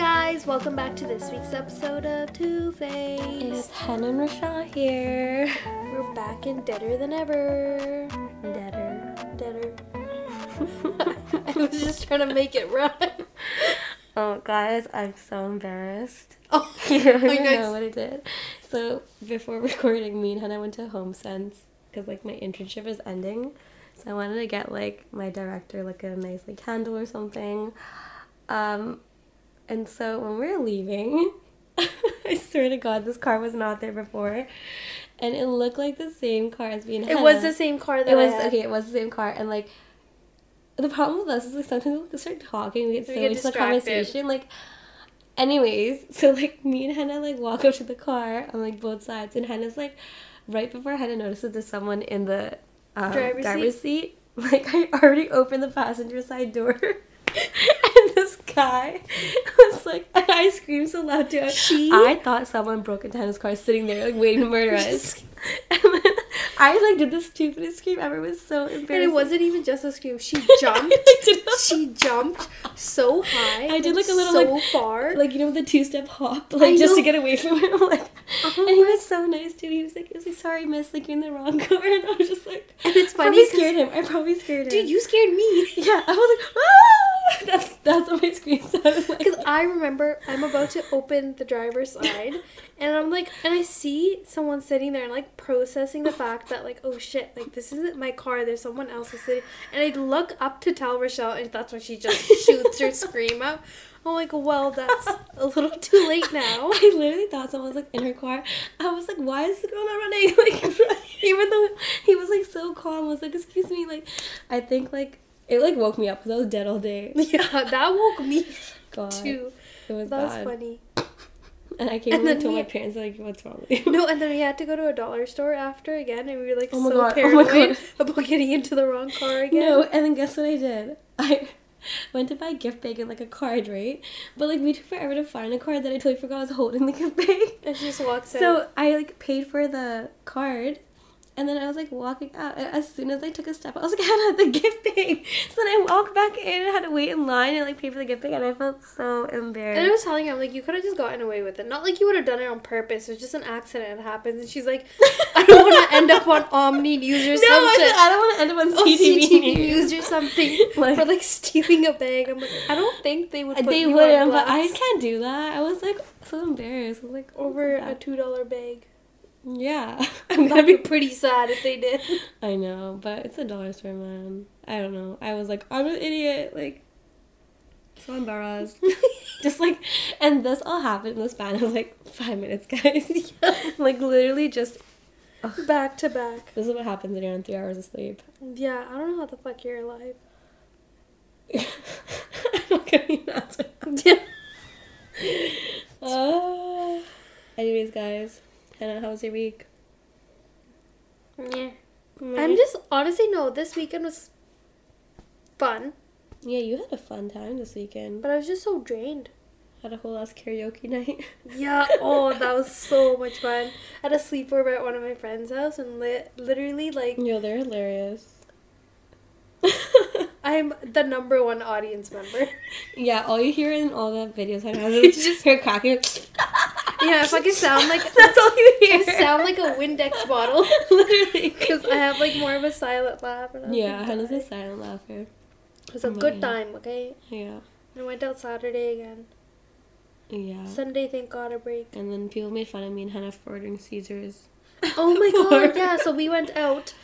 Welcome back to this week's episode of Two Face. It's Hen and Rasha here. We're back and deader than ever. Deader. Deader. I was just trying to make it rhyme. Oh, guys, I'm so embarrassed. Oh, You don't my even guys. know what I did. So before recording, me and Hannah went to HomeSense because like my internship is ending, so I wanted to get like my director like a nice like handle or something. Um, and so when we were leaving, I swear to God, this car was not there before, and it looked like the same car as me and It Hannah. was the same car that It was I had. okay. It was the same car, and like the problem with us is like sometimes we just start talking, we get so We get into the distracted. conversation. Like, anyways, so like me and Hannah like walk up to the car on like both sides, and Hannah's like right before Hannah notices there's someone in the um, Driver's driver's, seat. Like I already opened the passenger side door. And this guy was like, and I screamed so loud to her. She- I thought someone broke into Hannah's car, sitting there like waiting to murder us. And then I like did the stupidest scream ever. It was so embarrassing. And it wasn't even just a scream. She jumped. I did a- she jumped so high. I did like a and little so like far. like you know the two step hop, I like just to know. get away from him. Like, Uh-huh. and he was so nice too. He was like, he was like, sorry, miss, like you're in the wrong car, and I was just like, And it's funny Probably 'cause- scared him. I probably scared him. Dude, you scared me. Yeah, I was like, ah! That's that's what my scream sounded like. Because I remember I'm about to open the driver's side, and I'm like, and I see someone sitting there and like processing the fact that like, oh shit, like this isn't my car. There's someone else is sitting, and I look up to tell Rochelle, and that's when she just shoots her scream up. I'm like, well, that's a little too late now. I literally thought someone was like in her car. I was like, why is the girl not running? Like, even though he was like so calm, I was like, excuse me. Like, I think like it like woke me up because I was dead all day. Yeah, that woke me Oh God, too. it was That was bad. funny. And I came And home and then told we- my parents like, what's wrong with you? No, and then we had to go to a dollar store after again, and we were like Oh my so God, oh my paranoid about getting into the wrong car again. No, and then guess what I did? I went to buy a gift bag and like a card, right? But like we took forever to find a card that I totally forgot I was holding the gift bag. And she just walks out. So I like paid for the card, and then I was like walking out. And as soon as I took a step, I was like, Hannah, the gift bag. So then I walked back in and had to wait in line and like pay for the gift bag, and I felt so And I embarrassed. was telling her, I'm like, you could have just gotten away with it. Not like you would have done it on purpose. It was just an accident. It happens. And she's like, I don't want to end up on Omni News or No, some I, shit. said, I don't want to end up on Oh, CTV, CTV news or something Like- for like stealing a bag. I'm like, I don't think they would. Put they you on wouldn't, but I blast can't do that. I was like so embarrassed. I was like, over so a two dollar bag. bad. yeah, I'm gonna That'd be be pretty sad if they did. I know, but it's a dollar store, man. I don't know. I was like, I'm an idiot. Like, so embarrassed. Just like, and this all happened in the span of like five minutes, guys. like, literally, just back to back. this is what happens when you're on three hours of sleep. Yeah, I don't know how the fuck you're alive. I'm not gonna even answer. Uh, anyways, guys, Hannah, how was your week? yeah. I'm just honestly no. This weekend was fun, Yeah, you had a fun time this weekend. but I was just so drained. Had a whole ass karaoke night. Yeah, oh, that was so much fun. I had a sleepover at one of my friends' house and lit literally like Yo, they're hilarious. I'm the number one audience member. yeah, all you hear in all the videos I have is just her cracking. Yeah, if I could sound like- that's all you I hear. sound like a Windex bottle literally, because I have like more of a silent laugh. And I was Yeah, like, Hannah's a "Guys, silent laugher. it was a But good yeah. time. Okay, Yeah, I went out Saturday again. yeah. Sunday, thank God, a break. and then people made fun of me and Hannah for ordering Caesars Oh my God, For- yeah. So we went out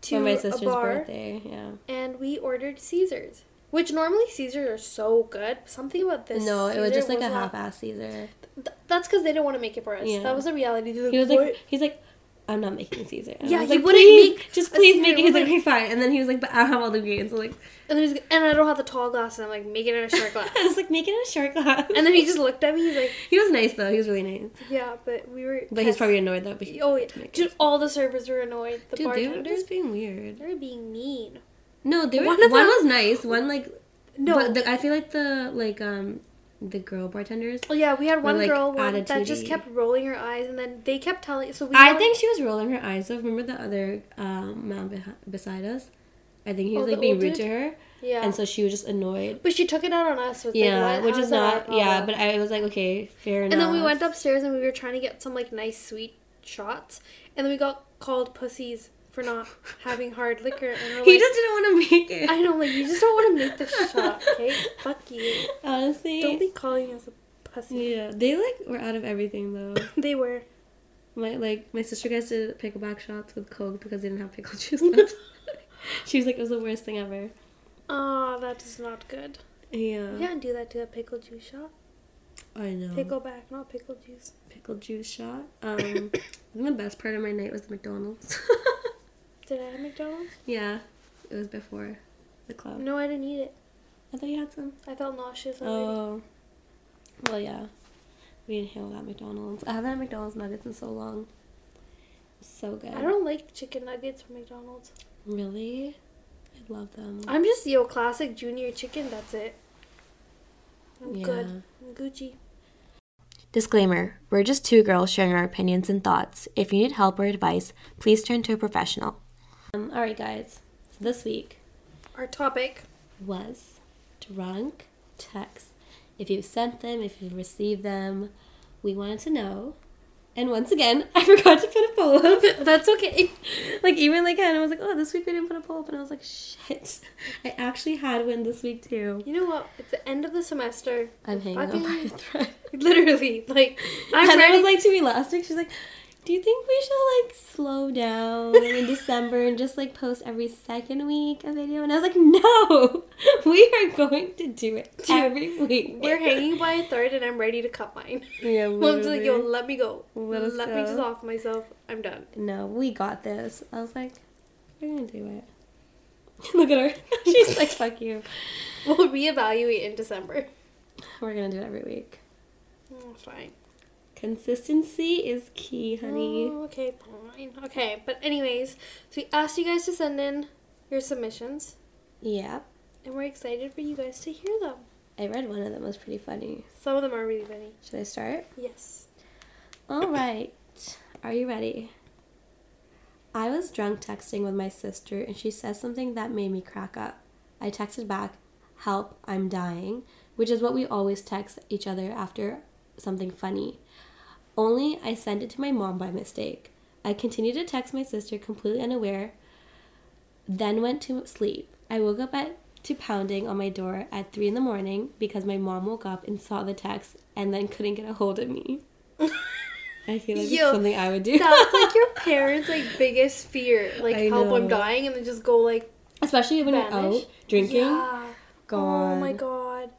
to for my a sister's bar birthday. Yeah. and we ordered Caesars, which normally Caesars are so good. Something about this. no, it was Caesar just like a not- half-ass Caesar. Th- that's because they didn't want to make it for us. Yeah. That was the reality. They're He was "What?" like, he's like, I'm not making Caesar. And I Yeah, was he like, wouldn't "Please, make Just a please Caesar. make It it. He's was like, okay, fine. And then he was like, but I don't have all the ingredients. I'm like, and, then he's like, and I don't have the tall glass, and I'm like, make it in a short glass. I was like, make it a shark glass. and then he just looked at me. He's like, He was nice though. He was really nice. yeah, but we were. But he's probably annoyed though. But he, Oh, yeah. Make dude, all the servers were annoyed. The dude, they were bartenders, just being weird. they were being mean. No, they were, One one, of them- was nice. One like No. But the, I feel like the like um the girl bartenders. Oh yeah, we had one like, girl one that just attitude-y. kept rolling her eyes, and then they kept telling. So we. I all- think she was rolling her eyes. though. remember the other um, man beh- beside us. I think he Oh, was like the being old rude dude? to her, Yeah. and so she was just annoyed. but she took it out on us. With yeah, like, what? which How is that not. our Yeah, problem? but I was like, okay, fair enough. And then we went upstairs and we were trying to get some like nice sweet shots, and then we got called pussies for not having hard liquor. And we're He like, just didn't want to make it. I know, like you just don't want to make this shot, okay? Fuck you. Honestly, Don't be calling us a pussy. yeah, they like were out of everything though. They were. My like my sister guys did pickleback shots with Coke because they didn't have pickle juice left. she was like, it was the worst thing ever. Oh, that is not good. Yeah. Yeah, do that to a pickle juice shot. I know. Pickle back, not pickle juice. pickle juice shot. Um, I think the best part of my night was the McDonald's. Did I have McDonald's? yeah, it was before the club. No, I didn't eat it. I thought you had some. I felt nauseous already. Oh. Well, yeah. We inhaled at McDonald's. I haven't had McDonald's nuggets in so long. So good. I don't like chicken nuggets from McDonald's. really. I love them. I'm just yo classic junior chicken. That's it. I'm good. Yeah. I'm Gucci. Disclaimer We're just two girls sharing our opinions and thoughts. If you need help or advice, please turn to a professional. Um, all right, guys. So this week Our topic. was drunk texts. If you sent them, if you received them, we wanted to know. And once again, I forgot to put a poll up. That's okay. Like even like Hannah was like, "Oh, this week we didn't put a poll up," and I was like, "Shit, I actually had one this week too." You know what? It's the end of the semester. I'm hanging on by a Fucking- thread. Literally, like I'm Hannah ready. was like to me last week. She's like, "Do you think we should like slow down in December and just like post every second week a video?" And I was like, "No, we are going to do it every week. We're hanging by a thread, and I'm ready to cut mine. Yeah, Mom's like, yo, literally. let me go. Let us me go." just off myself. I'm done. no, we got this." I was like, "We're gonna do it." Look at her. She's like, "Fuck you. We'll reevaluate in December. We're gonna do it every week. Oh, fine. Consistency is key, honey." Oh, okay, fine. Okay, but anyways, so we asked you guys to send in your submissions, Yeah, and we're excited for you guys to hear them. I read one of them. It was pretty funny. Some of them are really funny. Should I start? Yes. All right. Are you ready? I was drunk texting with my sister and she said something that made me crack up. I texted back, "Help, I'm dying," which is what we always text each other after something funny. Only I sent it to my mom by mistake. I continued to text my sister completely unaware, then went to sleep. I woke up at to pounding on my door at three in the morning because my mom woke up and saw the text and then couldn't get a hold of me. I feel like Yo, it's something I would do. That's like your parents' like biggest fear. Like I help, I'm know. dying, and then just go like Especially when you're Vanish. out drinking. Yeah. Gone. Oh my god.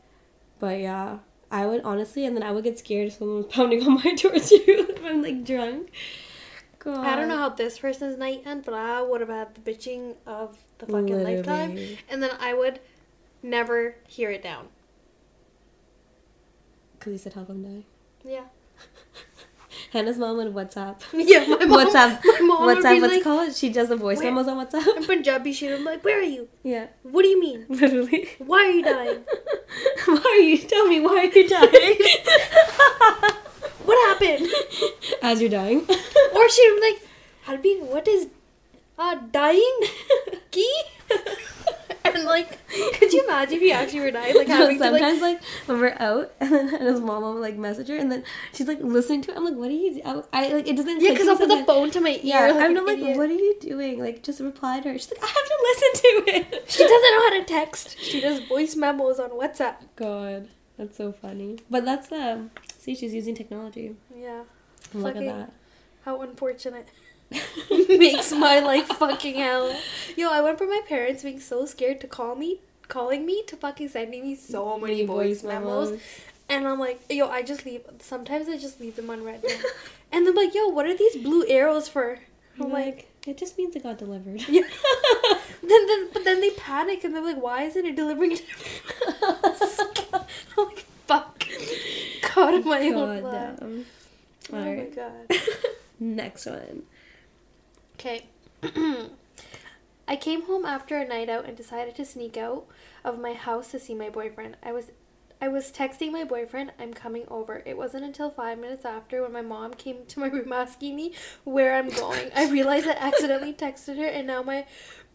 But yeah, I would honestly, and then I would get scared if someone was pounding on my door too if I'm like drunk. God. I don't know how this person's night end, but I would have had the bitching of the fucking lifetime, Literally. and then I would never hear it down. Because you said help him die. Yeah. Hannah's mom would WhatsApp. Yeah. My mom, WhatsApp. My mom would WhatsApp, be what's like, it called? She does the voice Where- memos on in WhatsApp. Punjabi, she would be like, "Where are you? yeah, What do you mean? literally. Why are you dying? why are you? Tell me, why are you dying? What happened?" As you're dying. Or she would be like, "Harbi, what is uh dying key?" and like, could you imagine if you actually were dying? Like No, having to like sometimes like, when we're out and then and his mom will like message her and then she's like listening to it. I'm like, what are you? Do-? I, I like it doesn't. Yeah, click because to I'll put the something. phone to my ear. Yeah, like I'm an not like, idiot. what are you doing? Like, just reply to her. She's like, I have to listen to it. She doesn't know how to text. She does voice memos on WhatsApp. God, that's so funny. But that's um, see, she's using technology. Yeah. Look Fucking- at How unfortunate. that. Makes my life fucking hell. Yo, I went from my parents being so scared to call me, calling me, to fucking sending me so many Many voice, memos. And I'm like, yo, I just leave. Sometimes I just leave them unread. and I'm like, yo, what are these blue arrows for? I'm I'm like, like, it just means it got delivered. Yeah. then, then, but then they panic and they're like, why isn't it delivering to I'm like, fuck. God of my own God blood. damn. Oh All my right. god. Next one. Okay. I came home after a night out and decided to sneak out of my house to see my boyfriend. I was I was texting my boyfriend, I'm coming over. It wasn't until five minutes after when my mom came to my room asking me where I'm going. I realized I accidentally texted her and now my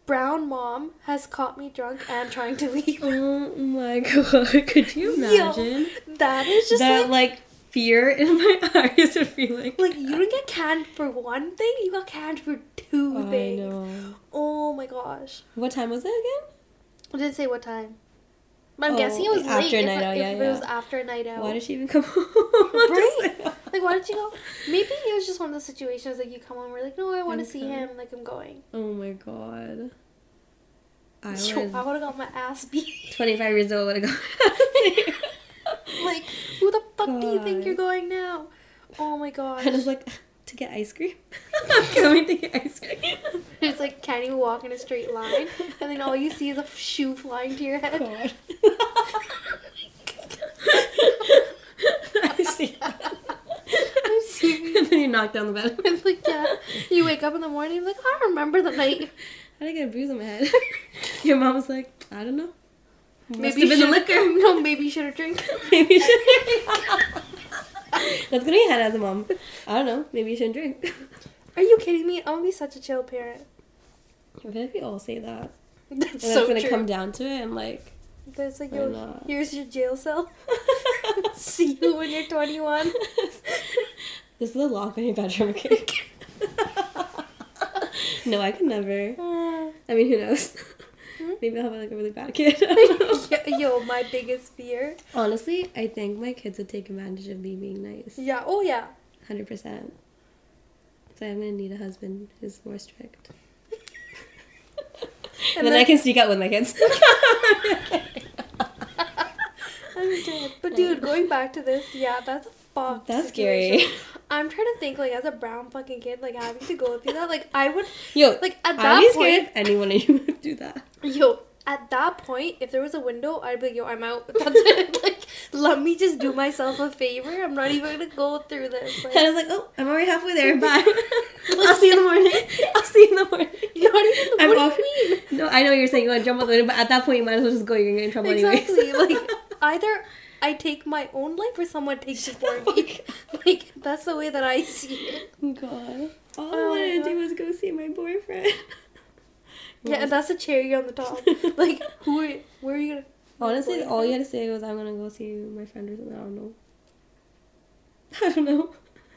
brown mom has caught me drunk and trying to leave. Oh my god, could you Yo, imagine? that is just that like, like, fear in my eyes would be like, like you didn't get canned for one thing, you got canned for two I things. know. Oh my gosh. What time was it again? I didn't say what time. But I'm Oh, guessing it was after late. if night it- out, if yeah, it yeah. was after a night out. Why did she even come home? Right? oh. like why did you go? Maybe it was just one of those situations like you come home, we're like, no, I want to see Okay. him. Like I'm going. Oh my god. I Yo, I was would have got my ass beat. 25 years old when I got like who the fuck do you think God. you're going now? Oh my gosh. And I was like, to get ice cream? I'm coming to get ice cream. It's like can't even walk in a straight line, and then all you see is a shoe flying to your head. God. I see. I'm serious. And then you knock down the bed. It's like yeah, you wake up in the morning like I remember the night. How'd I get a bruise on my head? Your mom was like, I don't know. Must Maybe have been the you should- liquor. No, maybe you should have drank. Maybe you should. That's gonna be Hannah as a mom. I don't know. Maybe you shouldn't drink. Are you kidding me? I'm gonna be such a chill parent. I feel like we all say that. And That's then so it's gonna true. come down to it and like. That's like Why yo, not? here's your jail cell. See you when you're 21. This is the lock on your bedroom, okay? no, I could never. Uh, I mean, who knows? Hmm? Maybe I'll have like a really bad kid. I don't know. yeah, yo, my biggest fear. Honestly, I think my kids would take advantage of me being nice. Yeah. Oh yeah. Hundred percent. So I'm gonna need a husband who's more strict. and, then, I then- can sneak out with my kids. I'm dead. But dude, going back to this, yeah, that's a fucked. That's situation. scary. I'm trying to think, like, as a brown fucking kid, like, having to go through that, like, I would, Yo, like, at I'd be that scared point, if anyone of you would do that. yo, at that point, if there was a window, I'd be like, yo, I'm out. That's it. Like, let me just do myself a favor. I'm not even gonna go through this. And I Like, was like, oh, I'm already halfway there. Bye. I'll see you in the morning. I'll see you in the morning. not even, what I'm do off- you mean? No, I know you're saying you want to jump out the window, but at that point you might as well just go. You're gonna get in trouble Exactly. anyways. Like, either I take my own life or someone takes it for Shut the Oh me. Like, that's the way that I see it. God. All Oh my I wanted to God. do was go see my boyfriend. Yeah, and that's a cherry on the top. Like, who are, where are you gonna, Honestly, all you had to say was, I'm gonna go see my friend or something. I don't know. I don't know.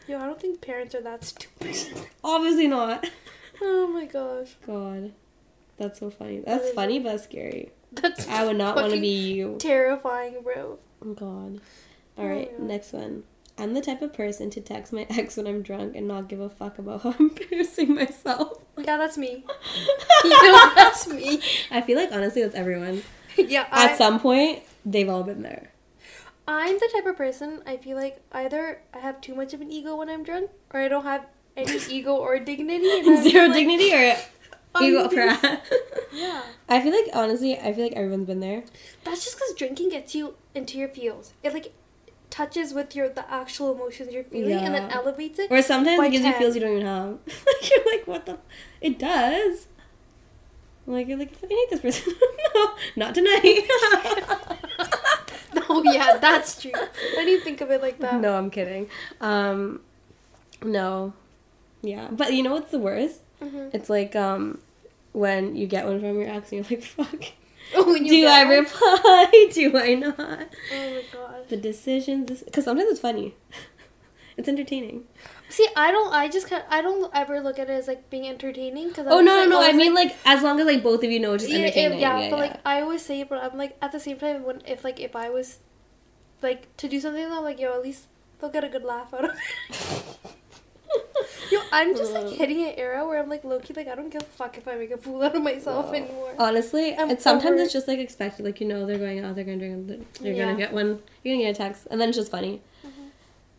yo, I don't think parents are that stupid. Obviously not. Oh my gosh. God. That's so funny. That That's is- funny, but scary. That's I would not want to fucking be you. terrifying, bro. God. Oh All my right, God. next one. I'm the type of person to text my ex when I'm drunk and not give a fuck about how I'm embarrassing myself. Yeah, that's me. yeah, that's me. I feel like honestly, that's everyone. Yeah, At I, some point, they've all been there. I'm the type of person I feel like either I have too much of an ego when I'm drunk, or I don't have any ego or dignity. and I'm just Zero like, dignity or I'm ego being- pride. Yeah, I feel like honestly, I feel like everyone's been there. that's just because drinking gets you into your feels. It like touches with your the actual emotions you're feeling, and then Yeah. elevates it. Or sometimes By it gives you 10. feels you don't even have. like you're like, what the? It does. Like you're like, I fucking hate this person. no, not tonight. oh yeah, that's true. Why do you think of it like that? no, I'm kidding. Um, no, yeah, but you know what's the worst? Mhm. It's like um, when you get one from your ex, and you're like, fuck. When Oh, you Do get I one. reply? Do I not? Oh my god. The decisions, because sometimes it's funny. it's entertaining. See, I don't. I just kind. I don't ever look at it as like being entertaining. Cause I'm Oh just no, no, like, no! I always, mean, like as long as like both of you know, it's just yeah, yeah, entertaining. yeah, Yeah, yeah, but like I always say, it, but I'm like at the same time when if like if I was, like to do something, I'm like yo, at least they'll get a good laugh out of it. yo, I'm just like Lol. hitting an era where I'm like low key, like I don't give a fuck if I make a fool out of myself Wow. anymore. Honestly, I'm it's sometimes over it's just like expected. Like you know, they're going out, they're going to drink, they're- you're Yeah. Mm-hmm. gonna get one, you're gonna get a text, and then it's just funny.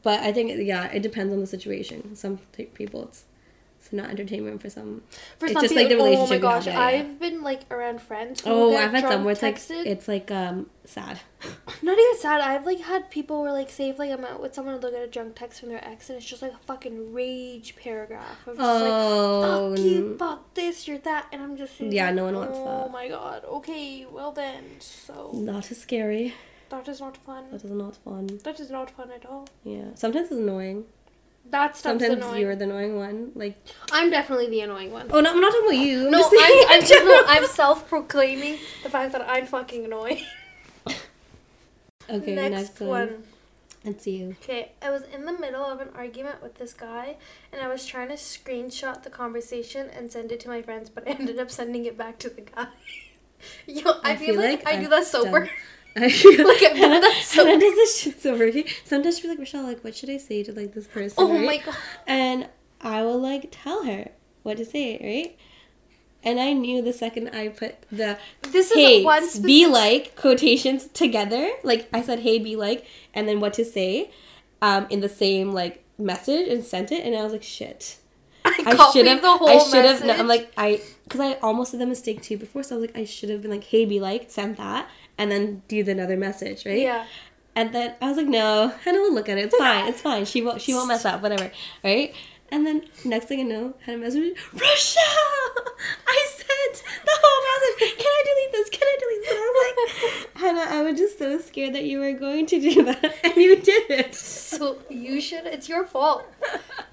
But I think yeah, it depends on the situation. Some t- people, it's it's not entertainment for some. For it's some just, people, like, the oh my relationship you gosh, have, yeah, yeah. I've been like around friends. who Oh, get I've had drunk some where it's like texted. it's like um sad. Not even sad. I've like had people where like say if like I'm out with someone and they'll get a drunk text from their ex and it's just like a fucking rage paragraph of just Oh, like fuck you, n- fuck this, you're that, and I'm just sitting Yeah, like, no one wants Oh that." my god. Okay, well then, so Not as scary. that is not fun. That is not fun. That is not fun at all. Yeah, sometimes it's annoying. That stuff's Sometimes annoying. you're the annoying one. Like, I'm definitely the annoying one. oh no, I'm not talking about you. I'm No, just saying I'm, I'm in just no, general. I'm self-proclaiming the fact that I'm fucking annoying. Okay, next, one. It's you. Okay, I was in the middle of an argument with this guy, and I was trying to screenshot the conversation and send it to my friends, but I ended up sending it back to the guy. Yo, I, feel, like, I do I've that sober. done- I feel Look at me, Hannah, that's so- Hannah does this shit so pretty. Sometimes she's like, Rochelle, like, what should I say to like this person? Oh right? my god. And I will like tell her what to say, right? And I knew the second I put the This is hey, one be specific- like quotations together. Like I said, hey, be like, and then what to say, um, in the same like message and sent it. And I was like, shit. I, I copied should have. the whole I should have. message. No, I'm like I because I almost did the mistake too before. So I was like, I should have been like, hey, be like, send that, and then do the another message, right? yeah. And then I was like, no, Hannah will look at it. It's fine. It's fine. She won't. She won't mess up. Whatever. Right. And then next thing I know, Hannah messaged me, Rochelle. I sent the whole message. Can I delete this? Can I delete this? And I was like, Hannah, I was just so scared that you were going to do that, and you did it. So you should. It's your fault.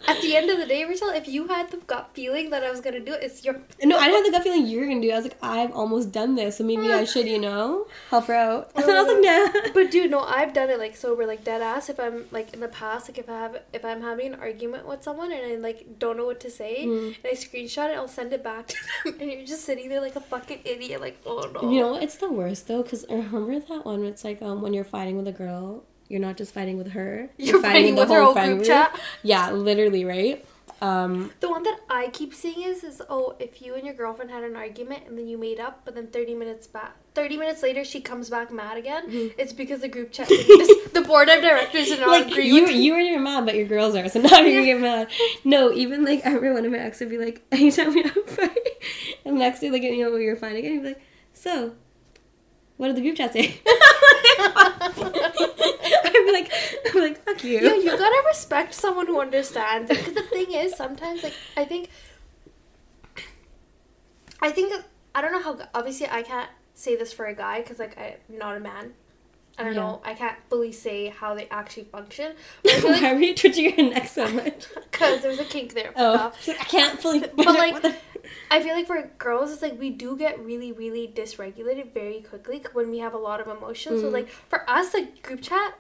At the end of the day, Rachel, if you had the gut feeling that I was gonna do it, it's your. No, I didn't have the gut feeling you were gonna do. it. I was like, I've almost done this, so maybe I should, you know, help her out. And then I was like, nah. But dude, no, I've done it like sober, like dead ass. If I'm like in the past, like if I have, if I'm having an argument with someone and I like don't know what to say, Mm. and I screenshot it, I'll send it back to them, and you're just sitting there like a fucking idiot, like oh no. You know, it's the worst though, because remember that one? where It's like um, when you're fighting with a girl, you're not just fighting with her. You're fighting with her whole friend group chat. Yeah, literally, right? Um, The one that I keep seeing is is oh if you and your girlfriend had an argument and then you made up but then thirty minutes back thirty minutes later she comes back mad again it's because the group chat the board of directors did not Mm-hmm. like agree you, with you and your mom, but your girls are, so now you're gonna get mad. No, even like every one of my exes would be like, anytime we have a fight, and next day, like you know, you're fighting, and you'd be like, so, what did the group chat say? I'm like, I'm like, fuck you. Yo, you gotta respect someone who understands. Because the thing is, sometimes like I think, I think I don't know how. Obviously, I can't say this for a guy because like I'm not a man. I don't Yeah. know. I can't fully say how they actually function. Why were you twitching your neck so much? Because there's a kink there. fuck Oh, off. I can't believe. But like, what the- I feel like for girls, it's like we do get really, really dysregulated very quickly when we have a lot of emotions. Mm. So like for us, like group chat,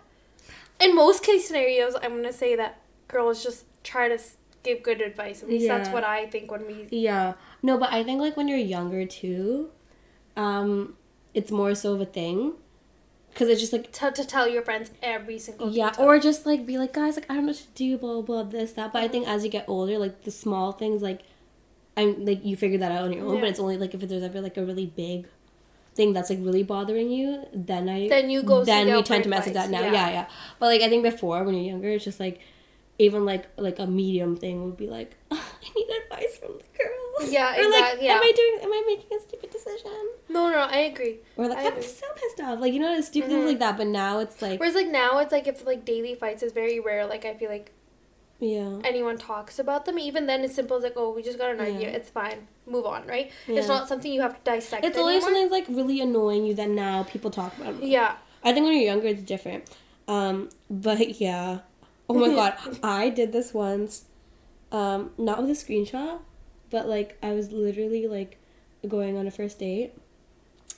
in most case scenarios, I'm gonna say that girls just try to s- give good advice. At least that's Yeah. what I think when we. yeah, no, but I think like when you're younger too, um, it's more so of a thing, because it's just like To, to tell your friends every single yeah, detail. or just like be like guys, like I don't know what to do, blah blah, blah this that. But I Mm-hmm. think as you get older, like the small things, like I'm like you figure that out on your own. But Yeah. it's only like if there's ever like a really big thing that's like really bothering you, then I Then you go seek then we out tend for to message that advice, now. Yeah. yeah. yeah, But like I think before when you're younger, it's just like even like like a medium thing would be like "Oh, I need advice from the girls. Yeah, or like exact- yeah. am I doing am I making a stupid decision? no, no, no, I agree. Or like I I am agree. Mm-hmm. so pissed off. Like you know, stupid things like that. But now it's like Whereas like now, it's like if like daily fights is very rare. Like I feel like yeah. anyone talks about them, even then, it's simple as like oh, we just got an Yeah. idea. It's fine. Move on, right? Yeah. It's not something you have to dissect. It's only anymore. something that's like really annoying you that now people talk about. it. Yeah. I think when you're younger it's different. Um, but yeah. Oh my god. I did this once. Um, not with a screenshot, but like I was literally like going on a first date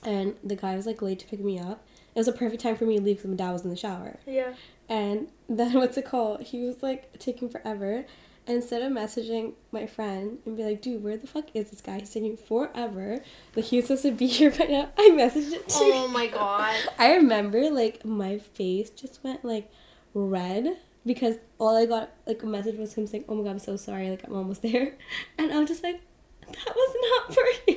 and the guy was like late to pick me up. It was a perfect time for me to leave because my dad was in the shower. Yeah. And then what's it called? He was like taking forever. And instead of messaging my friend and be like, dude, where the fuck is this guy? He's taking forever. Like he was supposed to be here by now. I messaged it to Oh my god. I remember like my face just went like red because all I got like a message was him saying, Oh my god, I'm so sorry, like I'm almost there. And I was just like, That was not for you.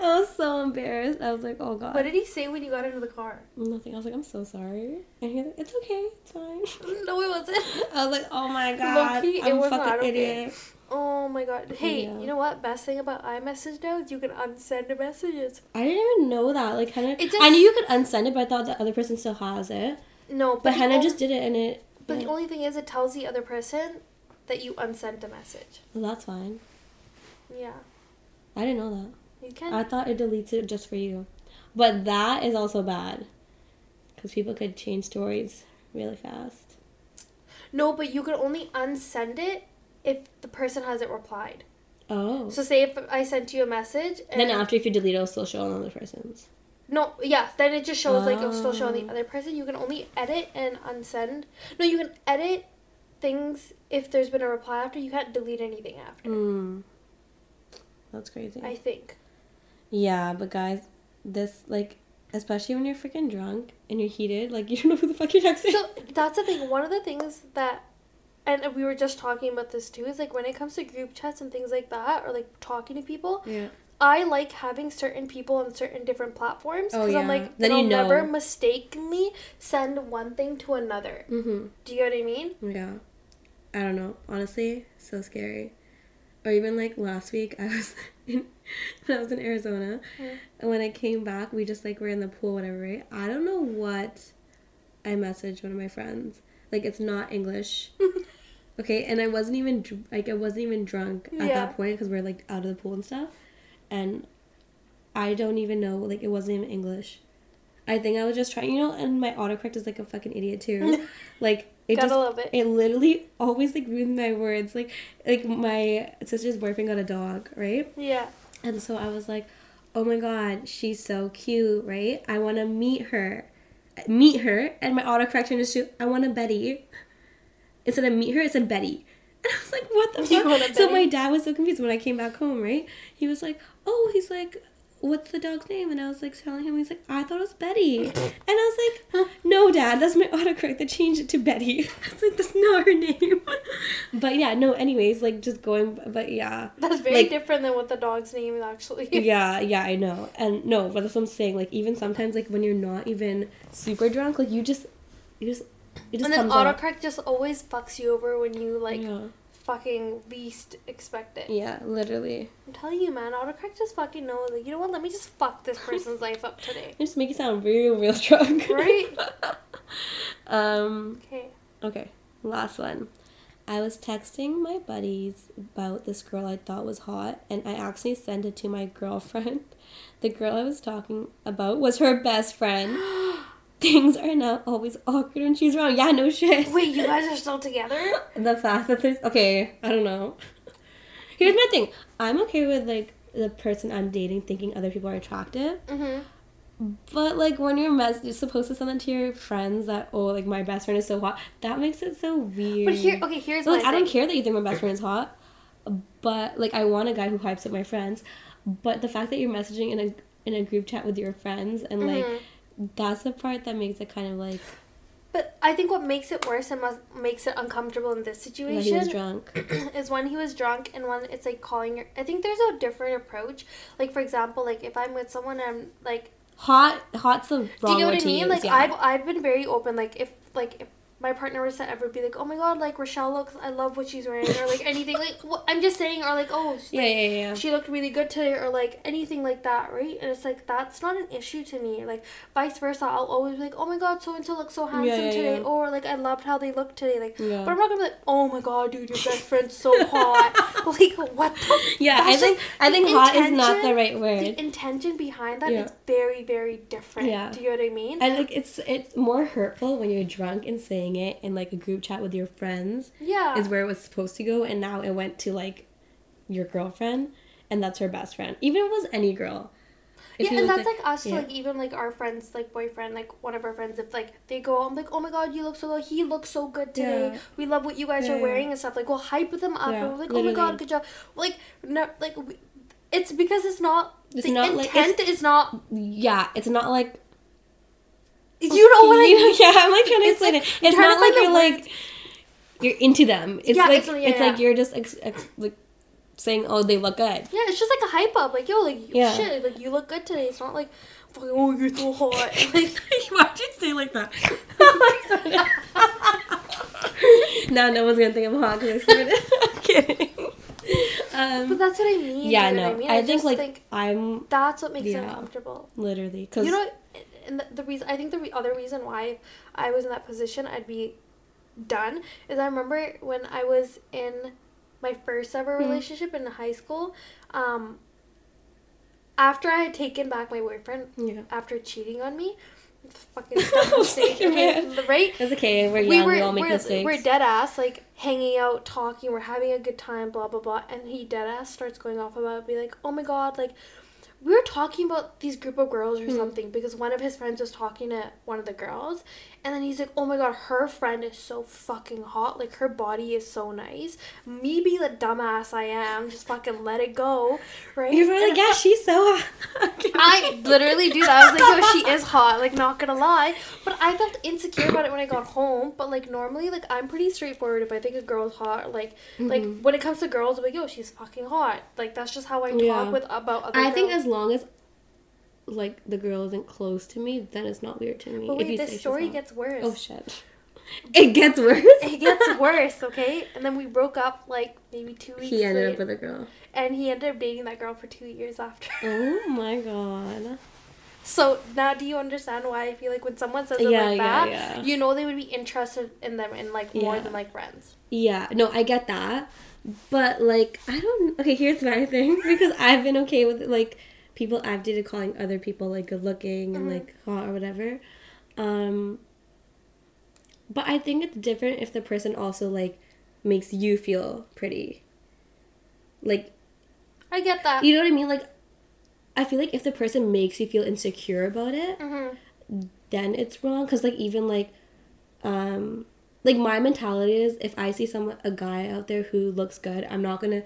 I was so embarrassed. I was like, Oh god. What did he say when you got into the car? Nothing. I was like, I'm so sorry. And he's like, It's okay, it's fine. No, it wasn't. I was like, Oh my god. Low-key, it I'm a was not fucking okay. idiot. Oh my god. Hey, Yeah. you know what? Best thing about iMessage now is you can unsend messages. I didn't even know that. Like Hannah It I just- knew you could unsend it, but I thought the other person still has it. No, But the Hannah on- just did it and it But yeah. the only thing is, it tells the other person that you unsent a message. well, that's fine. Yeah, I didn't know that. you can. I thought it deletes it just for you. But that is also bad. Because people could change stories really fast. No, but you could only unsend it if the person hasn't replied. Oh. So say if I sent you a message and then after, if you delete it, it'll still show on other person's. No, yeah, then it just shows like it'll still show on Oh. the other person. You can only edit and unsend. No, you can edit things if there's been a reply after. You can't delete anything after. Mm. That's crazy. I think. Yeah, but guys, this like, especially when you're freaking drunk and you're heated, like you don't know who the fuck you're texting. So that's the thing. One of the things that, and we were just talking about this too, is like when it comes to group chats and things like that, or like talking to people, yeah. I like having certain people on certain different platforms Oh, because I'm yeah. like Then they'll you know. never mistakenly send one thing to another. Mhm. Do you know what I mean? Yeah. I don't know. Honestly, so scary. Or even like last week, I was in, when I was in Arizona, and when I came back, we just like were in the pool, whatever. Right? I don't know what I messaged one of my friends. Like it's not English. okay, and I wasn't even dr- like I wasn't even drunk at Yeah. that point because we are like out of the pool and stuff, and I don't even know like it wasn't even English. I think I was just trying, you know, and my autocorrect is like a fucking idiot too. like it Gotta just love it. it literally always like ruined my words. Like like my sister's boyfriend got a dog, right? Yeah. And so I was like, "Oh my god, she's so cute, right? I want to meet her." Meet her and my autocorrect turned to I want a Betty. Instead of meet her, it said Betty. And I was like, "What the You want fuck?" a So Betty? my dad was so confused when I came back home, right? He was like, "Oh, he's like What's the dog's name? And I was like telling him, he's like, I thought it was Betty. And I was like, No, Dad, that's my autocorrect. They changed it to Betty. It's like that's not her name. but yeah, no. Anyways, like just going, but yeah, That's very Like- different than what the dog's name is actually. yeah, yeah, I know. And no, but that's what I'm saying. Like even sometimes, like when you're not even super drunk, like you just, you just, it just and then comes out. autocorrect just always fucks you over when you like yeah. fucking least expect it. yeah, literally, I'm telling you, man, autocorrect just fucking knows. Like, you know what? Let me just fuck this person's life up today. it just make you sound real, real drunk. Right? um. Okay. Okay. Last one. I was texting my buddies about this girl I thought was hot, and I actually sent it to my girlfriend. The girl I was talking about was her best friend. Things are now always awkward when she's around. Yeah, no shit. Wait, you guys are still together? the fact that there's okay, I don't know. Here's my thing. I'm okay with like the person I'm dating thinking other people are attractive, Mm-hmm. but like when you're mess, you're supposed to send that to your friends that oh like my best friend is so hot. That makes it so weird. But here, okay, here's So, my like I don't thing. care that you think my best friend is hot, but like I want a guy who hypes up my friends. But the fact that you're messaging in a in a group chat with your friends and like Mm-hmm. that's the part that makes it kind of like But I think what makes it worse and must, makes it uncomfortable in this that he was situation drunk. is when he was drunk and when it's like calling your. I think there's a different approach. Like, for example, like if I'm with someone and I'm like, Hot, hot's the Do you wrong get word what I to mean? use. Like yeah. I've I've been very open. Like if like if my partner was to ever be like, oh my god, like Rochelle looks, I love what she's wearing, or like anything, like wh- I'm just saying, or like oh, she, yeah, like, yeah, yeah, yeah. she looked really good today, or like anything like that, right? And it's like that's not an issue to me. Like vice versa, I'll always be like, oh my god, so and so looks so handsome yeah, today, yeah. or like I loved how they looked today, like. Yeah. But I'm not gonna be like, oh my god, dude, your best friend's so hot. like what the? Yeah, I That's think just I the think hot is not intention- the right word. The intention behind that is Yeah. very, very different. Yeah. Do you know what I mean? And like it's it's more hurtful when you're drunk and saying it in like a group chat with your friends yeah. is where it was supposed to go, and now it went to like your girlfriend, and that's her best friend. Even if it was any girl. If yeah, it and was, that's like, us, yeah. like even like our friends, like boyfriend, like one of our friends, if like they go, I'm like, oh my god, you look so good. He looks so good today. Yeah. We love what you guys Yeah, are yeah. wearing and stuff. Like we'll hype them up. Yeah, and we're like, oh my literally. god, good job. Like no, like we, it's because it's not. It's the not like- intent is not. yeah, it's not like You know what I mean? yeah, I'm like trying to It's explain like- it. trying It's to not like find the you're like you're into them. It's Yeah, like it's, it's- yeah, like yeah. you're just ex, ex, like saying, oh, they look good. Yeah, it's just like a hype up. Like yo, like Yeah. shit, like you look good today. It's not like, fucking, oh, you're so hot. Like, Why'd you say like that? now no one's gonna think I'm hot because I'm kidding. but Um, that's what I mean. yeah, you know what no, I, mean? I, think just like I'm that's what makes it Yeah. uncomfortable. literally because you know and the, the reason i think the re- other reason why i was in that position i'd be done is i remember when i was in my first ever relationship in high school um after i had taken back my boyfriend yeah, after cheating on me fucking dumb mistake. Sorry, okay, man. right? It's okay. We're We young. were We all make we're, mistakes. we're dead ass like hanging out, talking, we're having a good time, blah blah blah, and he dead ass starts going off about it, be like, oh my god, like we were talking about these group of girls Hmm. or something because one of his friends was talking to one of the girls, and then he's like, oh my god, her friend is so fucking hot, like her body is so nice. Me be the dumbass I am, just fucking let it go, right? You're probably And like, yeah, she's so. I literally do that. I was like, yo, she is hot. Like, not gonna lie. But I felt insecure about it when I got home. But like normally, like I'm pretty straightforward. If I think a girl's hot, like, like when it comes to girls, I'm like, yo, she's fucking hot. Like that's just how I talk Yeah. with about other. I think girls. as long as like the girl isn't close to me, then it's not weird to me. But if you wait, say this she's story not. gets worse. Oh shit. It gets worse. it gets worse, okay? And then we broke up like maybe two weeks. He ended later, up with a girl. and he ended up dating that girl for two years after. Oh my god. So now, do you understand why I feel like when someone says it Yeah, like yeah, that, yeah. you know they would be interested in them and like more Yeah. than like friends. Yeah, no, I get that. But like I don't okay, here's my thing because I've been okay with like people I've dated calling other people like good looking and like hot or whatever. Um but I think it's different if the person also like makes you feel pretty. Like I get that. you know what I mean? Like, I feel like if the person makes you feel insecure about it, Mhm. then it's wrong. Cause like even like, um, like my mentality is if I see someone a guy out there who looks good, I'm not gonna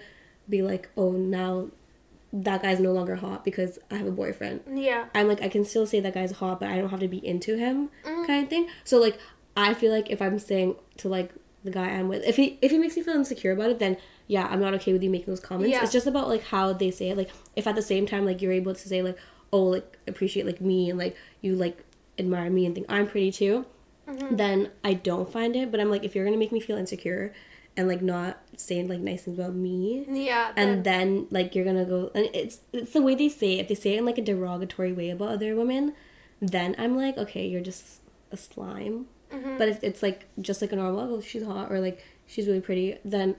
be like, oh now, that guy's no longer hot because I have a boyfriend. Yeah. I'm like, I can still say that guy's hot, but I don't have to be into him, kind of thing. So like, I feel like if I'm saying to like the guy I'm with, if he if he makes me feel insecure about it, then yeah, I'm not okay with you making those comments. Yeah. It's just about like how they say it. Like, if at the same time like you're able to say like, oh like appreciate like me and like you like admire me and think I'm pretty too, then I don't find it. But I'm like, if you're gonna make me feel insecure, and like not saying like nice things about me, Yeah. and then like you're gonna go and it's it's the way they say it. if they say it in like a derogatory way about other women then i'm like okay you're just a slime Mm-hmm. but if it's like just like a normal oh she's hot or like she's really pretty then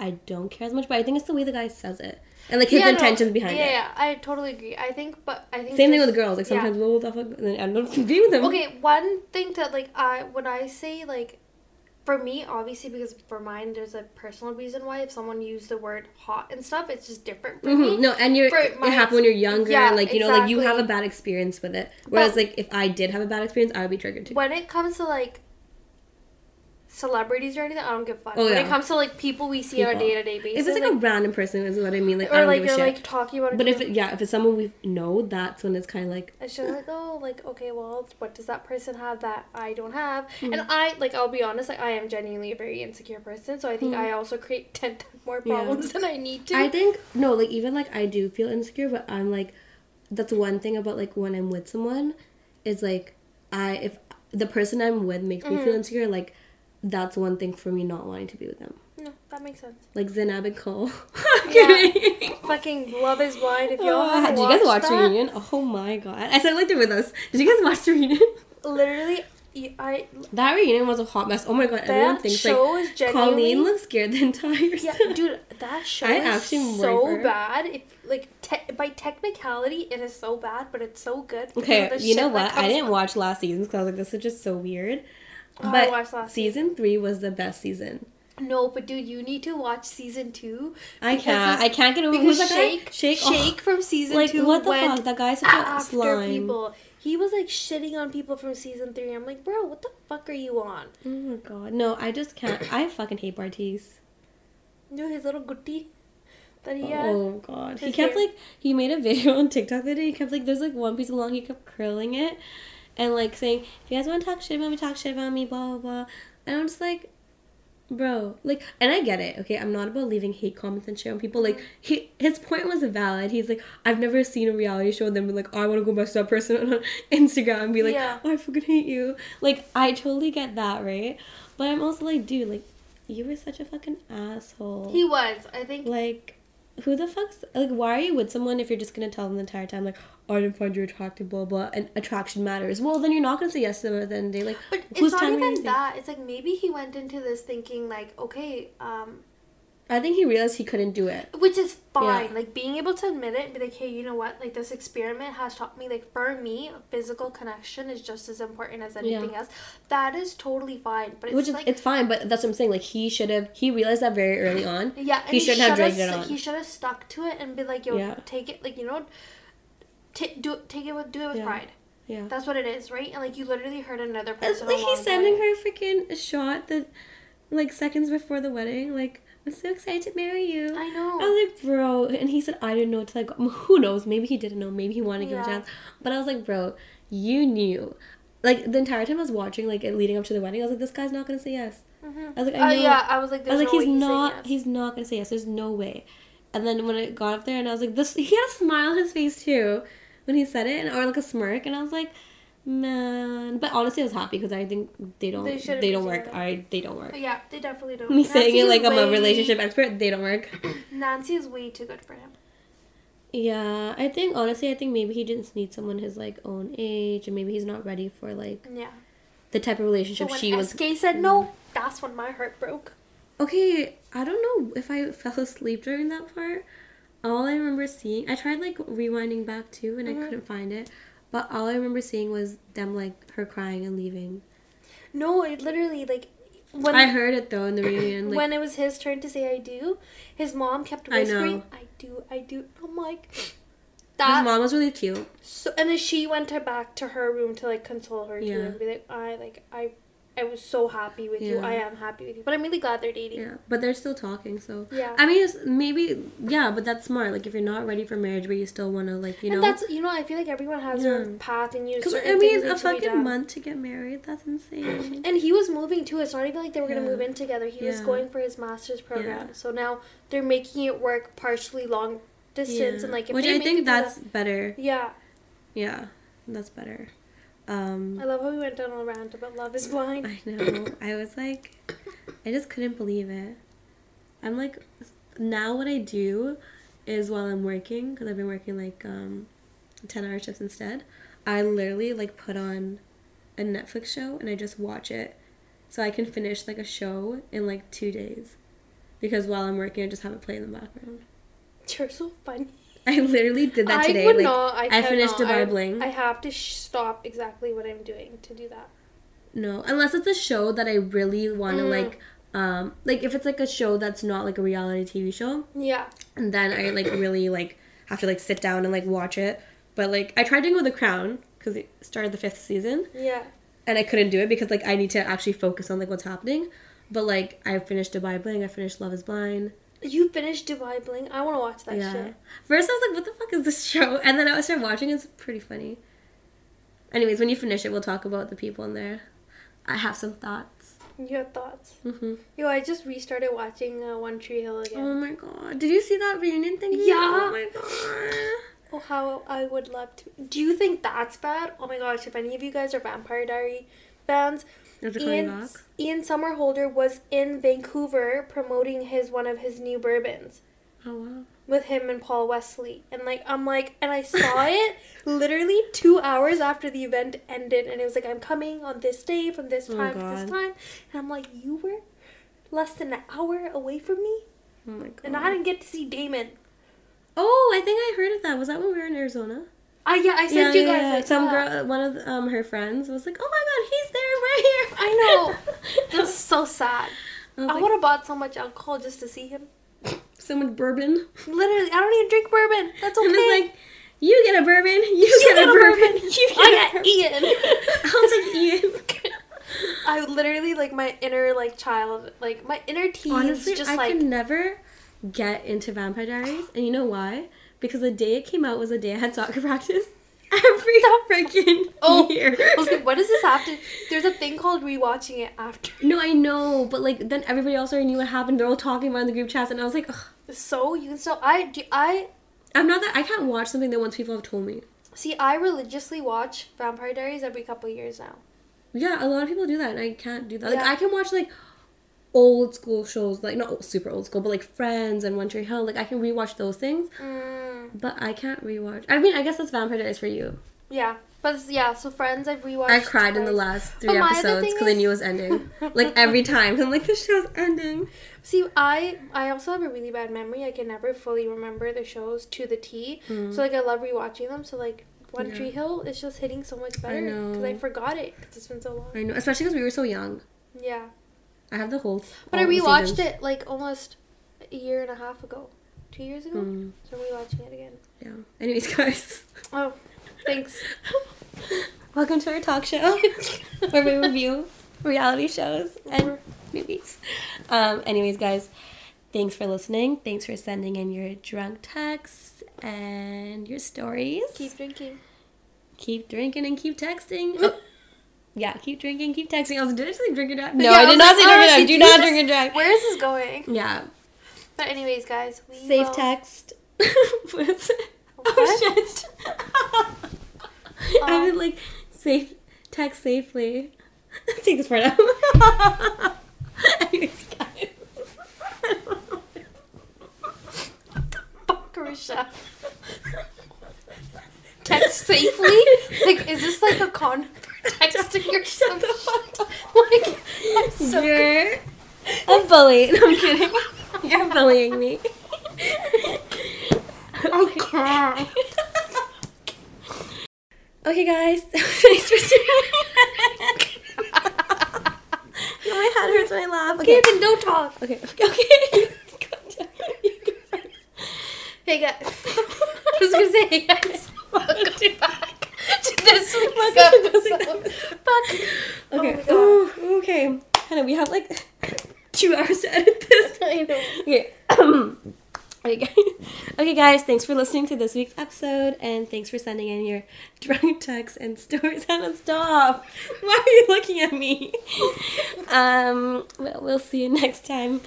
i don't care as much but i think it's the way the guy says it and like his Yeah, no, intentions behind yeah, it Yeah, I totally agree. I think, but I think same thing with just- girls like yeah. sometimes we'll the fuck and then i don't agree with them Okay, one thing that like I when I say like for me obviously because for mine there's a personal reason why if someone used the word hot and stuff it's just different for me. Mhm, No, and you're For it my happened when you're younger, yeah, and like you know, like you exactly. have a bad experience with it. Whereas, But- like if I did have a bad experience, I would be triggered too. When it comes to like celebrities or anything, I don't give a fuck. Oh, When yeah. it comes to like people we see on a People. day to day basis, If it's like a random person, is what I mean. Like I or don't like give a you're shit. like talking about, a But if kid- it, yeah, if it's someone we know, that's when it's kind of like And she's like, oh, like, okay, well, what does that person have that I don't have? Hmm. And I, like, I'll be honest, like, I am genuinely a very insecure person, so I think I also create 10 times more Hmm. Yeah. problems than I need to. I think no, like even like I do feel insecure, but I'm like that's one thing about like when I'm with someone is like I if the person I'm with makes me Mm-hmm. feel insecure, like that's one thing for me not wanting to be with them. no, that makes sense. Like Zinab and Cole. Yeah. Fucking Love is Blind, if y'all Oh, haven't did you guys watch watched that, reunion? Oh my god! I said like they're with us. Did you guys watch the reunion? Literally, y- I, That reunion was a hot mess. Oh my god! everyone that thinks show like is genuinely... Colleen looks scared the entire. Yeah, time. dude, that show I is actually worry for so her. bad. If like te- by technicality, it is so bad, but it's so good. because Okay, of the you know shit that what? I comes didn't with- watch last season because I was like, this is just so weird. Oh, I but watched last season three was the best season. No, but dude, you need to watch season two. I because can't. it's- I can't get over Because who's that guy? Shake, Shake, oh, from season like two what the went fuck? That guy's such a after slime. people. He was like shitting on people from season three. I'm like, bro, what the fuck are you on? Oh my god! No, I just can't. I fucking hate Bartiz. You know his little goatee that he had. Oh god. He His kept hair. like he made a video on TikTok the other day. He kept like there's like one piece of long he kept curling it and like saying, If you guys wanna talk shit about me, talk shit about me, blah blah blah. And I'm just like Bro, like, and I get it. Okay, I'm not about leaving hate comments and shit on people. Mm-hmm. Like, he his point was valid. He's like, I've never seen a reality show and then be like, oh, I want to go best that person on Instagram and be like, Yeah. oh, I fucking hate you. Like, I totally get that, right? But I'm also like, dude, like, you were such a fucking asshole. He was. I think. Like, who the fuck's like? Why are you with someone if you're just gonna tell them the entire time like, oh, I didn't find you attractive, blah blah, and attraction matters? Well, then you're not gonna say yes to them at the end of the day. Like, But it's whose not time are you even wasting? that. It's like maybe he went into this thinking like, okay, um, I think he realized he couldn't do it. Which is fine. Yeah. Like being able to admit it and be like, hey, you know what? Like this experiment has taught me, like for me, a physical connection is just as important as anything else. That is totally fine. But it's Which is like it's fine, but that's what I'm saying. Like he should have he realized that very early on. yeah, and he shouldn't have shoulda dragged it stu- on. He should have stuck to it and been like, yo, Yeah. take it, like you know, t- do it- take it with do it with Yeah. pride. Yeah. That's what it is, right? And like you literally heard another It's person. like along he's the sending way. her a freaking shot that like seconds before the wedding, like I'm so excited to marry you. I know. I was like, bro, and he said I didn't know till I got. Who knows? Maybe he didn't know. Maybe he wanted to give Yeah. a chance. But I was like, bro, you knew. Like the entire time I was watching, like it leading up to the wedding, I was like, this guy's not gonna say yes. Mhm. I was like, Uh, I know. yeah, I was like, I there's was like, no he's way saying not. yes. He's not gonna say yes. There's no way. And then when it got up there, and I was like, this. He had a smile on his face too when he said it, and or like a smirk, and I was like, man. But honestly, I was happy because I think they don't. They They, shouldn't be don't work. together. I they don't work. But yeah, they definitely don't. Me saying it Nancy's like I'm a way- relationship expert. They don't work. Nancy is way too good for him. Yeah, I think honestly, I think maybe he just needs someone his like own age, and maybe he's not ready for like Yeah. the type So of relationship when she was. Mm. SK said no, that's when my heart broke. Okay, I don't know if I fell asleep during that part. All I remember seeing, I tried like rewinding back too, and Mm-hmm. I couldn't find it. But all I remember seeing was them like her crying and leaving. No, it literally like when I heard it though in the reunion. Like, when it was his turn to say I do, his mom kept I know. whispering, I, do, I do. I'm like his that mom was really cute. so and then she went to back to her room to like console her Yeah. too and be like, I like I I was so happy with you. Yeah. I am happy with you. But I'm really glad they're dating. Yeah, but they're still talking. So Yeah. I mean, it's maybe yeah, but that's smart. Like if you're not ready for marriage, but you still want to like you know. and that's you know I feel like everyone has their Yeah. path and you. Because certain I mean, things need a to be done. fucking month to get married. That's insane. And he was moving too. It's not even like they were gonna Yeah. move in together. He was Yeah. going for his master's program. Yeah. So now they're making it work partially long distance and like if which they I make it do think that- that's better. yeah. Yeah, that's better. Um, I love how we went down all around about love is blind. I know. I was like, I just couldn't believe it. I'm like, now what I do is while I'm working, because I've been working like um, 10 hour shifts instead, I literally like put on a Netflix show and I just watch it. So I can finish like a show in like two days. Because while I'm working, I just have it play in the background. You're so funny. I literally did that today. I would like, not. I, I finished cannot. Dubai I- Bling. I have to sh- stop exactly what I'm doing to do that. No, unless it's a show that I really want to Mm. like. Um, like if it's like a show that's not like a reality TV show, Yeah. and then I like really like have to like sit down and like watch it. But like I tried doing with The Crown because it started the fifth season, Yeah. and I couldn't do it because like I need to actually focus on like what's happening. But like I finished Dubai Bling, I finished Love Is Blind. You finished Dubai Bling. I want to watch that yeah. shit. First I was like, what the fuck is this show? And then I started watching. It's pretty funny. Anyways, when you finish it, we'll talk about the people in there. I have some thoughts. Your thoughts? Mm-hmm. Yo, I just restarted watching uh, One Tree Hill again. Oh my god. Did you see that reunion thing? Yeah. Oh my god. Oh, how I would love to. Do you think that's bad? Oh my gosh, if any of you guys are Vampire Diary fans, Is it coming Ian, back? Ian Somerhalder was in Vancouver promoting his one of his new bourbons Oh wow. with him and Paul Wesley. And like I'm like and I saw it literally 2 hours after the event ended and it was like I'm coming on this day from this Oh time to this God. time. And I'm like you were less than an hour away from me Oh my god. and I didn't get to see Damon. oh, I think I heard of that. Was that when we were in Arizona? I yeah, I sent you guys like Some that. girl, one of um, her friends was like, "Oh my god, he's there! I We're here!" That's so sad. I was I like, would have bought so much alcohol just to see him. so much bourbon. Literally, I don't even drink bourbon. That's okay. And it's like, "You get a bourbon. You, get, get a a bourbon. You get I got a bourbon." Ian. I was like, "Ian." I literally like my inner like child, like my inner teen Honestly, just I like could never get into Vampire Diaries, and you know why? Because the day it came out was the day I had soccer practice every freaking Oh. year. I was like, what does this have to? There's a thing called rewatching it after. No, I know, but like then everybody else already knew what happened. They're all talking about it in the group chats, and I was like, Ugh, So you can still I do I I'm not that I can't watch something that once people have told me. see I religiously watch Vampire Diaries every couple years now. Yeah, a lot of people do that, and I can't do that. Like Yeah. I can watch like old school shows, like not old- super old school, but like Friends and One Tree Hill. Like I can rewatch those things, Mm, but I can't rewatch. I mean, I guess that's Vampire Diaries for you. Yeah. But it's- yeah, so Friends, I've rewatched. I cried in the twice. last three my other episodes thing because I is- knew it was ending. like every time, I'm like, this show's ending. See, I I also have a really bad memory. I can never fully remember the shows to the T. So like I love rewatching them. So like One Mm. Yeah. Tree Hill is just hitting so much better because I know. forgot it because it's been so long. I know, especially because we were so young. Yeah, I have the whole. but I rewatched it like almost a year and a half ago, two years ago. Mm. So I'm rewatching it again. Yeah. Anyways, guys, Oh, thanks. welcome to our talk show where we review reality shows and movies. Um, anyways, guys, thanks for listening. Thanks for sending in your drunk texts and your stories. Keep drinking. keep drinking and keep texting. Oh, yeah, keep drinking, keep texting. I was did I say drink and drive? Yeah, I was like, oh, she- Do you not just- drink and drive. Where is this going? Yeah, But anyways, guys, we safe will- text. what is it? Oh What? shit! I Um, mean, like safe text safely. Take this part out. Anyways, guys. Fuck, Risha. Text safely? Like, is this like a con texting or Shut the something? fuck up. Like, I'm so You're a bully. No, I'm kidding. You're bullying me. Okay. okay, guys. Thanks for No, my head hurts when I laugh. Okay. Kevin, don't talk. Okay. Okay. okay. You go first. Hey guys. I was gonna say, hey guys. Welcome back to this week's Welcome to this episode. Fuck. Okay. Oh Ooh, okay. Hannah, we have like two hours to edit this. I know. Okay. okay. guys. Okay, guys. Thanks for listening to this week's episode, and thanks for sending in your drunk texts and stories. Hannah, stop. Why are you looking at me? Um. Well, we'll see you next time.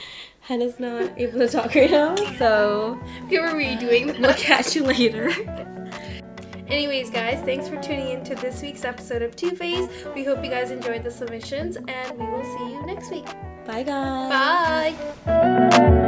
Hannah's not able to talk right now, so Okay, we're redoing we'll catch you later. Anyways, guys, thanks for tuning in to this week's episode of Two Phase. We hope you guys enjoyed the submissions, and we will see you next week. Bye, guys. Bye.